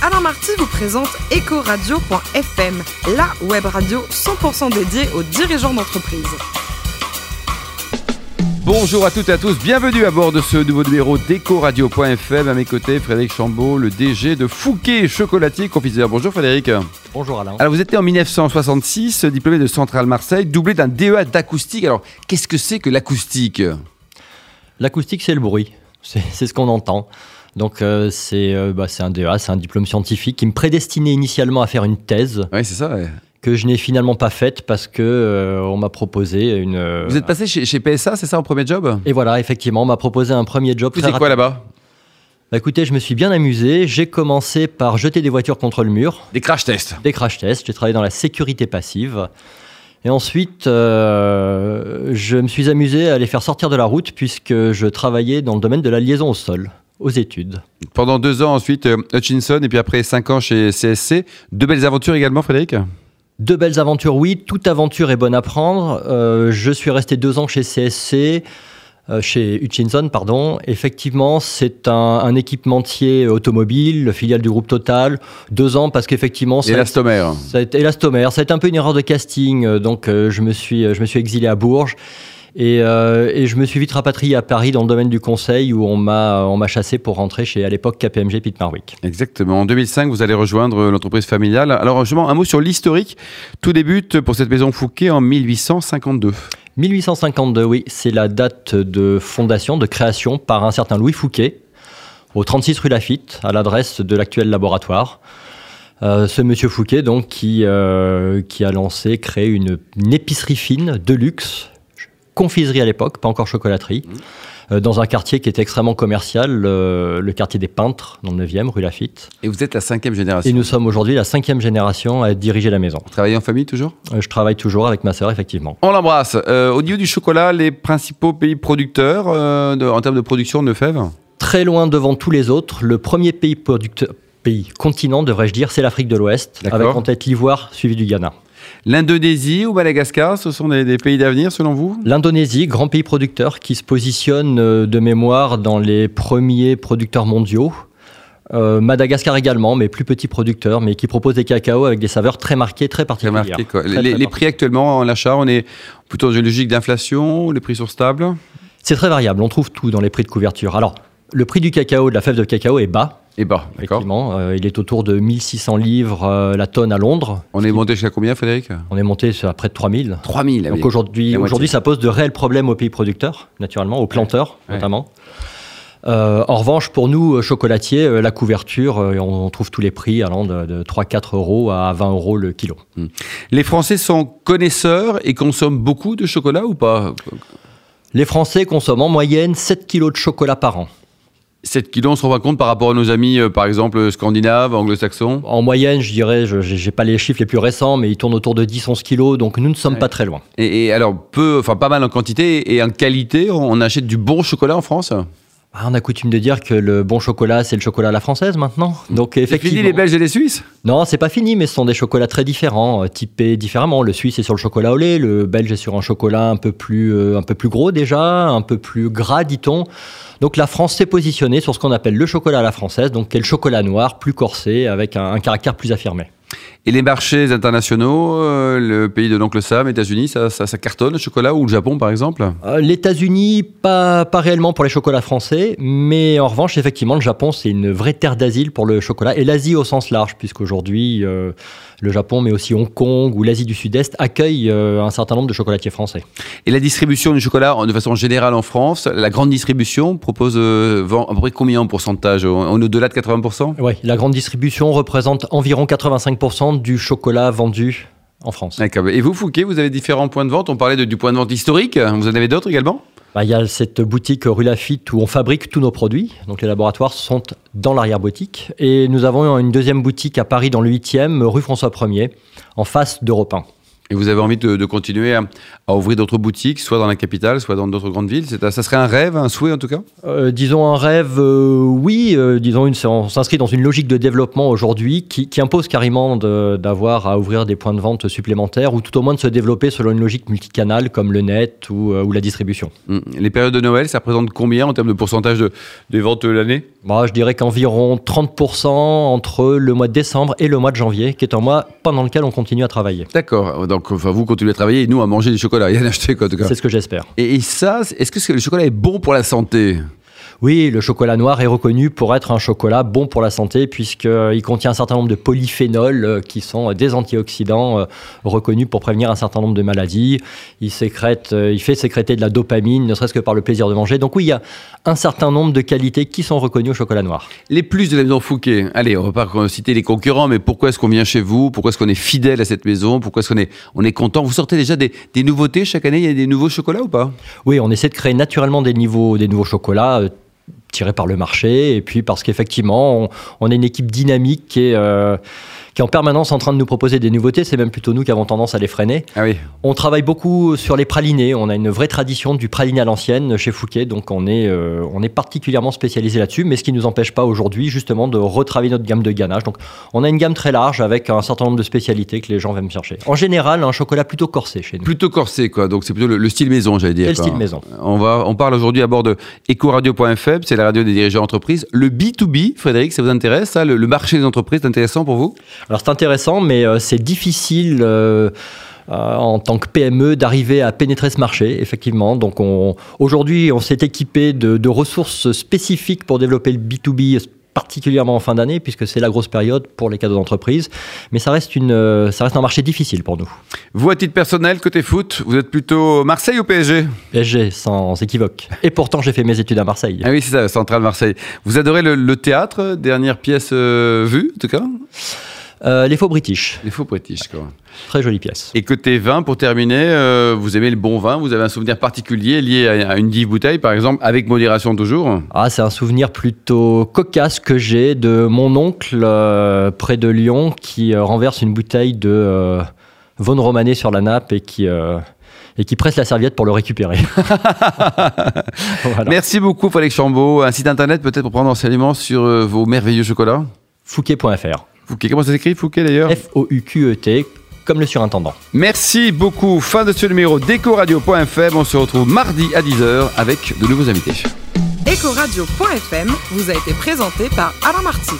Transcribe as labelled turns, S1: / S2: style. S1: Alain Marty vous présente Ecoradio.fm, la web radio 100% dédiée aux dirigeants d'entreprise.
S2: Bonjour à toutes et à tous, bienvenue à bord de ce nouveau numéro d'EcoRadio.fm. À mes côtés, Frédéric Chambaud, le DG de Fouquet Chocolatier Confiseur. Bonjour Frédéric.
S3: Bonjour Alain.
S2: Alors vous êtes né en 1966, diplômé de Centrale Marseille, doublé d'un DEA d'acoustique. Alors qu'est-ce que c'est que l'acoustique
S3: L'acoustique, c'est le bruit. C'est c'est ce qu'on entend. Donc, euh, c'est euh, bah, c'est un DEA, c'est un diplôme scientifique qui me prédestinait initialement à faire une thèse
S2: Oui, c'est ça. ouais.
S3: que je n'ai finalement pas faite parce que euh, on m'a proposé une. euh,
S2: Vous êtes passé chez, chez PSA, c'est ça, en premier job
S3: Et voilà, effectivement, on m'a proposé un premier job
S2: Vous
S3: très
S2: faisiez quoi
S3: rapide.
S2: là-bas
S3: Bah, écoutez, je me suis bien amusé. J'ai commencé par jeter des voitures contre le mur.
S2: Des crash tests.
S3: des crash tests, j'ai travaillé dans la sécurité passive. Et ensuite, euh, je me suis amusé à les faire sortir de la route puisque je travaillais dans le domaine de la liaison au sol, aux études.
S2: Pendant deux ans ensuite, euh, Hutchinson, et puis après cinq ans chez CSC. Deux belles aventures également, Frédéric
S3: De belles aventures, oui, toute aventure est bonne à prendre. Euh, je suis resté deux ans chez CSC, euh, chez Hutchinson, pardon. Effectivement, c'est un, un équipementier automobile, filiale du groupe Total. Deux ans parce qu'effectivement,
S2: Et
S3: ça a été-
S2: l'astomère.
S3: Ça a été élastomère, ça a été un peu une erreur de casting, euh, donc euh, je, me suis, euh, je me suis exilé à Bourges. Et, euh, et je me suis vite rapatrié à Paris dans le domaine du conseil où on m'a on m'a chassé pour rentrer chez à l'époque KPMG Pitt Marwick.
S2: Exactement. En 2005, vous allez rejoindre euh, l'entreprise familiale. Alors, justement, un mot sur l'historique. Tout débute pour cette maison Fouquet en 1852.
S3: 1852, oui, c'est la date de fondation, de création par un certain Louis Fouquet, au 36 rue Lafitte, à l'adresse de l'actuel laboratoire. Euh, ce monsieur Fouquet, donc, qui, euh, qui a lancé, créé une, une épicerie fine de luxe, confiserie à l'époque, pas encore chocolaterie, euh, dans un quartier qui était extrêmement commercial, euh, le quartier des peintres, dans le 9e, rue Lafitte.
S2: Et vous êtes la cinquième génération.
S3: Et nous sommes aujourd'hui la cinquième génération à diriger la maison.
S2: Vous travaillez en famille toujours
S3: Euh, je travaille toujours avec ma sœur, effectivement.
S2: On l'embrasse. Euh, au niveau du chocolat, les principaux pays producteurs euh, de- en termes de production de fèves
S3: très loin devant tous les autres. Le premier pays producteur, pays continent, devrais-je dire, c'est l'Afrique de l'Ouest,
S2: D'accord.
S3: avec en tête l'ivoire suivi du Ghana.
S2: L'Indonésie ou Madagascar, ce sont des, des pays d'avenir selon vous
S3: L'Indonésie, grand pays producteur, qui se positionne euh, de mémoire dans les premiers producteurs mondiaux. Euh, Madagascar également, mais plus petit producteur, mais qui propose des cacao avec des saveurs très marquées, très
S2: Très
S3: particulières.
S2: marqué, quoi.
S3: Très,
S2: les,
S3: très
S2: les
S3: marqué.
S2: prix actuellement en l'achat, on est plutôt dans une logique d'inflation, les prix sont stables.
S3: C'est très variable, on trouve tout dans les prix de couverture. Alors, le prix du cacao, de la fève de cacao est bas,
S2: Et bah, d'accord.
S3: effectivement. Euh, il est autour de 1600 livres euh, la tonne à Londres.
S2: On est monté jusqu'à combien, Frédéric
S3: On est monté à près de 3000.
S2: 3000. ah oui.
S3: Donc aujourd'hui,
S2: La moitié.
S3: aujourd'hui, ça pose de réels problèmes aux pays producteurs, naturellement, aux planteurs
S2: Ouais.
S3: notamment. Euh, en revanche, pour nous, euh, chocolatiers, euh, la couverture, euh, on, on trouve tous les prix allant de, de 3-4 euros à 20 euros le kilo.
S2: Les Français sont connaisseurs et consomment beaucoup de chocolat ou pas
S3: Les Français consomment en moyenne 7 kilos de chocolat par an.
S2: 7 kilos, on se rend pas compte par rapport à nos amis, euh, par exemple, scandinaves, anglo-saxons
S3: En moyenne, je dirais, je n'ai pas les chiffres les plus récents, mais ils tournent autour de 10-11 kilos, donc nous ne sommes
S2: Ouais.
S3: pas très loin.
S2: Et, et alors, peu, enfin pas mal en quantité et en qualité, on on achète du bon chocolat en France
S3: Ah, on a coutume de dire que le bon chocolat, c'est le chocolat à la française maintenant. Donc
S2: Mmh. J'ai
S3: effectivement.
S2: fini les Belges et les Suisses
S3: Non, c'est pas fini, mais ce sont des chocolats très différents, euh, typés différemment. Le suisse est sur le chocolat au lait, le belge est sur un chocolat un peu plus, euh, un peu plus gros déjà, un peu plus gras, dit-on. Donc la France s'est positionnée sur ce qu'on appelle le chocolat à la française, donc qui est le chocolat noir, plus corsé, avec un, un caractère plus affirmé.
S2: Et les marchés internationaux, euh, le pays de l'oncle Sam, États-Unis, ça, ça- ça cartonne, le chocolat ou le Japon par exemple
S3: Euh, Les États-Unis, pas, pas réellement pour les chocolats français, mais en revanche, effectivement, le Japon, c'est une vraie terre d'asile pour le chocolat et l'Asie au sens large, puisqu'aujourd'hui, euh, le Japon, mais aussi Hong Kong ou l'Asie du Sud-Est accueillent euh, un certain nombre de chocolatiers français.
S2: Et la distribution du chocolat en- de façon générale en France, la grande distribution propose euh, vend à peu près combien en pourcentage On on est au-delà de 80%
S3: Oui, la grande distribution représente environ 85% du chocolat vendu en France.
S2: D'accord. Et vous, Fouquet, vous avez différents points de vente. On parlait de- du point de vente historique. Vous en avez d'autres également
S3: Bah, Il y a cette boutique rue Lafitte où on fabrique tous nos produits. Donc les laboratoires sont dans l'arrière-boutique. Et nous avons une deuxième boutique à Paris dans le 8e, rue François 1er, en face d'Europe 1.
S2: Et vous avez envie de, de continuer à, à ouvrir d'autres boutiques, soit dans la capitale, soit dans d'autres grandes villes C'est- Ça serait un rêve, un souhait en tout cas
S3: Euh, disons un rêve, euh, oui. euh, disons une, on s'inscrit dans une logique de développement aujourd'hui qui, qui impose carrément de- d'avoir à ouvrir des points de vente supplémentaires ou tout au moins de se développer selon une logique multicanale comme le net ou, euh, ou la distribution.
S2: Mm. Les périodes de Noël, ça représente combien en termes de pourcentage de, des ventes euh, l'année
S3: Moi, Bah, je dirais qu'environ 30% entre le mois de décembre et le mois de janvier, qui est un mois pendant lequel on continue à travailler.
S2: D'accord. Donc, enfin, vous continuez à travailler et nous à manger du chocolat et à en acheter, quoi, en tout cas.
S3: C'est ce que j'espère.
S2: Et, et ça, c'est- est-ce que c'est- le chocolat est bon pour la santé
S3: Oui, le chocolat noir est reconnu pour être un chocolat bon pour la santé puisqu'il contient un certain nombre de polyphénols euh, qui sont euh, des antioxydants euh, reconnus pour prévenir un certain nombre de maladies. Il, sécrète, euh, il fait sécréter de la dopamine, ne serait-ce que par le plaisir de manger. Donc oui, il y a un certain nombre de qualités qui sont reconnues au chocolat noir.
S2: Les plus de la maison Fouquet. Allez, on va pas euh, citer les concurrents, mais pourquoi est-ce qu'on vient chez vous Pourquoi est-ce qu'on est fidèle à cette maison Pourquoi est-ce qu'on est, on est content Vous sortez déjà des, des nouveautés chaque année Il y a des nouveaux chocolats ou pas
S3: Oui, on essaie de créer naturellement des, niveaux, des nouveaux chocolats euh, tirés par le marché et puis parce qu'effectivement, on, on est une équipe dynamique qui est... euh, qui est en permanence en train de nous proposer des nouveautés, c'est même plutôt nous qui avons tendance à les freiner.
S2: Ah oui.
S3: On travaille beaucoup sur les pralinés. On a une vraie tradition du praliné à l'ancienne chez Fouquet, donc on est, euh, on est particulièrement spécialisé là-dessus, mais ce qui ne nous empêche pas aujourd'hui justement de retravailler notre gamme de ganache. Donc on a une gamme très large avec un certain nombre de spécialités que les gens viennent chercher. En général, un chocolat plutôt corsé chez nous.
S2: Plutôt corsé, quoi. Donc, c'est plutôt le, le style maison, j'allais dire.
S3: Quel
S2: quoi.
S3: style maison
S2: On, va, on parle aujourd'hui à bord de Ecoradio.fm, c'est la radio des dirigeants d'entreprise. Le B2B, Frédéric, ça vous intéresse ça le, le marché des entreprises, c'est intéressant pour vous
S3: Alors c'est intéressant, mais euh, c'est difficile euh, euh, en tant que PME d'arriver à pénétrer ce marché, effectivement. Donc on- aujourd'hui, on s'est équipé de, de ressources spécifiques pour développer le B2B particulièrement en fin d'année, puisque c'est la grosse période pour les cadeaux d'entreprise. Mais ça reste, une, euh, ça reste un marché difficile pour nous.
S2: Vous, à titre personnel, côté foot, vous êtes plutôt Marseille ou PSG
S3: PSG, sans équivoque. Et pourtant, j'ai fait mes études à Marseille.
S2: Ah oui, c'est ça, Centrale Marseille. Vous adorez le, le théâtre, dernière pièce euh, vue, en tout cas
S3: Euh, les faux british,
S2: Les faux british, quoi.
S3: très jolie pièce.
S2: Et côté vin, pour terminer, euh, vous aimez le bon vin, vous avez un souvenir particulier lié à, à une dive bouteille, par exemple, avec modération toujours
S3: Ah, c'est un souvenir plutôt cocasse que j'ai de mon oncle euh, près de Lyon qui euh, renverse une bouteille de euh, Von Romanée sur la nappe et qui, euh, et qui presse la serviette pour le récupérer. Voilà.
S2: Merci beaucoup, Frédéric Chambaud. Un site internet, peut-être, pour prendre enseignement sur euh, vos merveilleux chocolats
S3: Fouquet.fr.
S2: Fouquet, comment ça s'écrit, Fouquet, d'ailleurs
S3: F-O-U-Q-E-T, E comme le surintendant.
S2: Merci beaucoup. Fin de ce numéro d'Ecoradio.fm. On se retrouve mardi à 10h avec de nouveaux invités.
S1: Ecoradio.fm vous a été présenté par Alain Marty.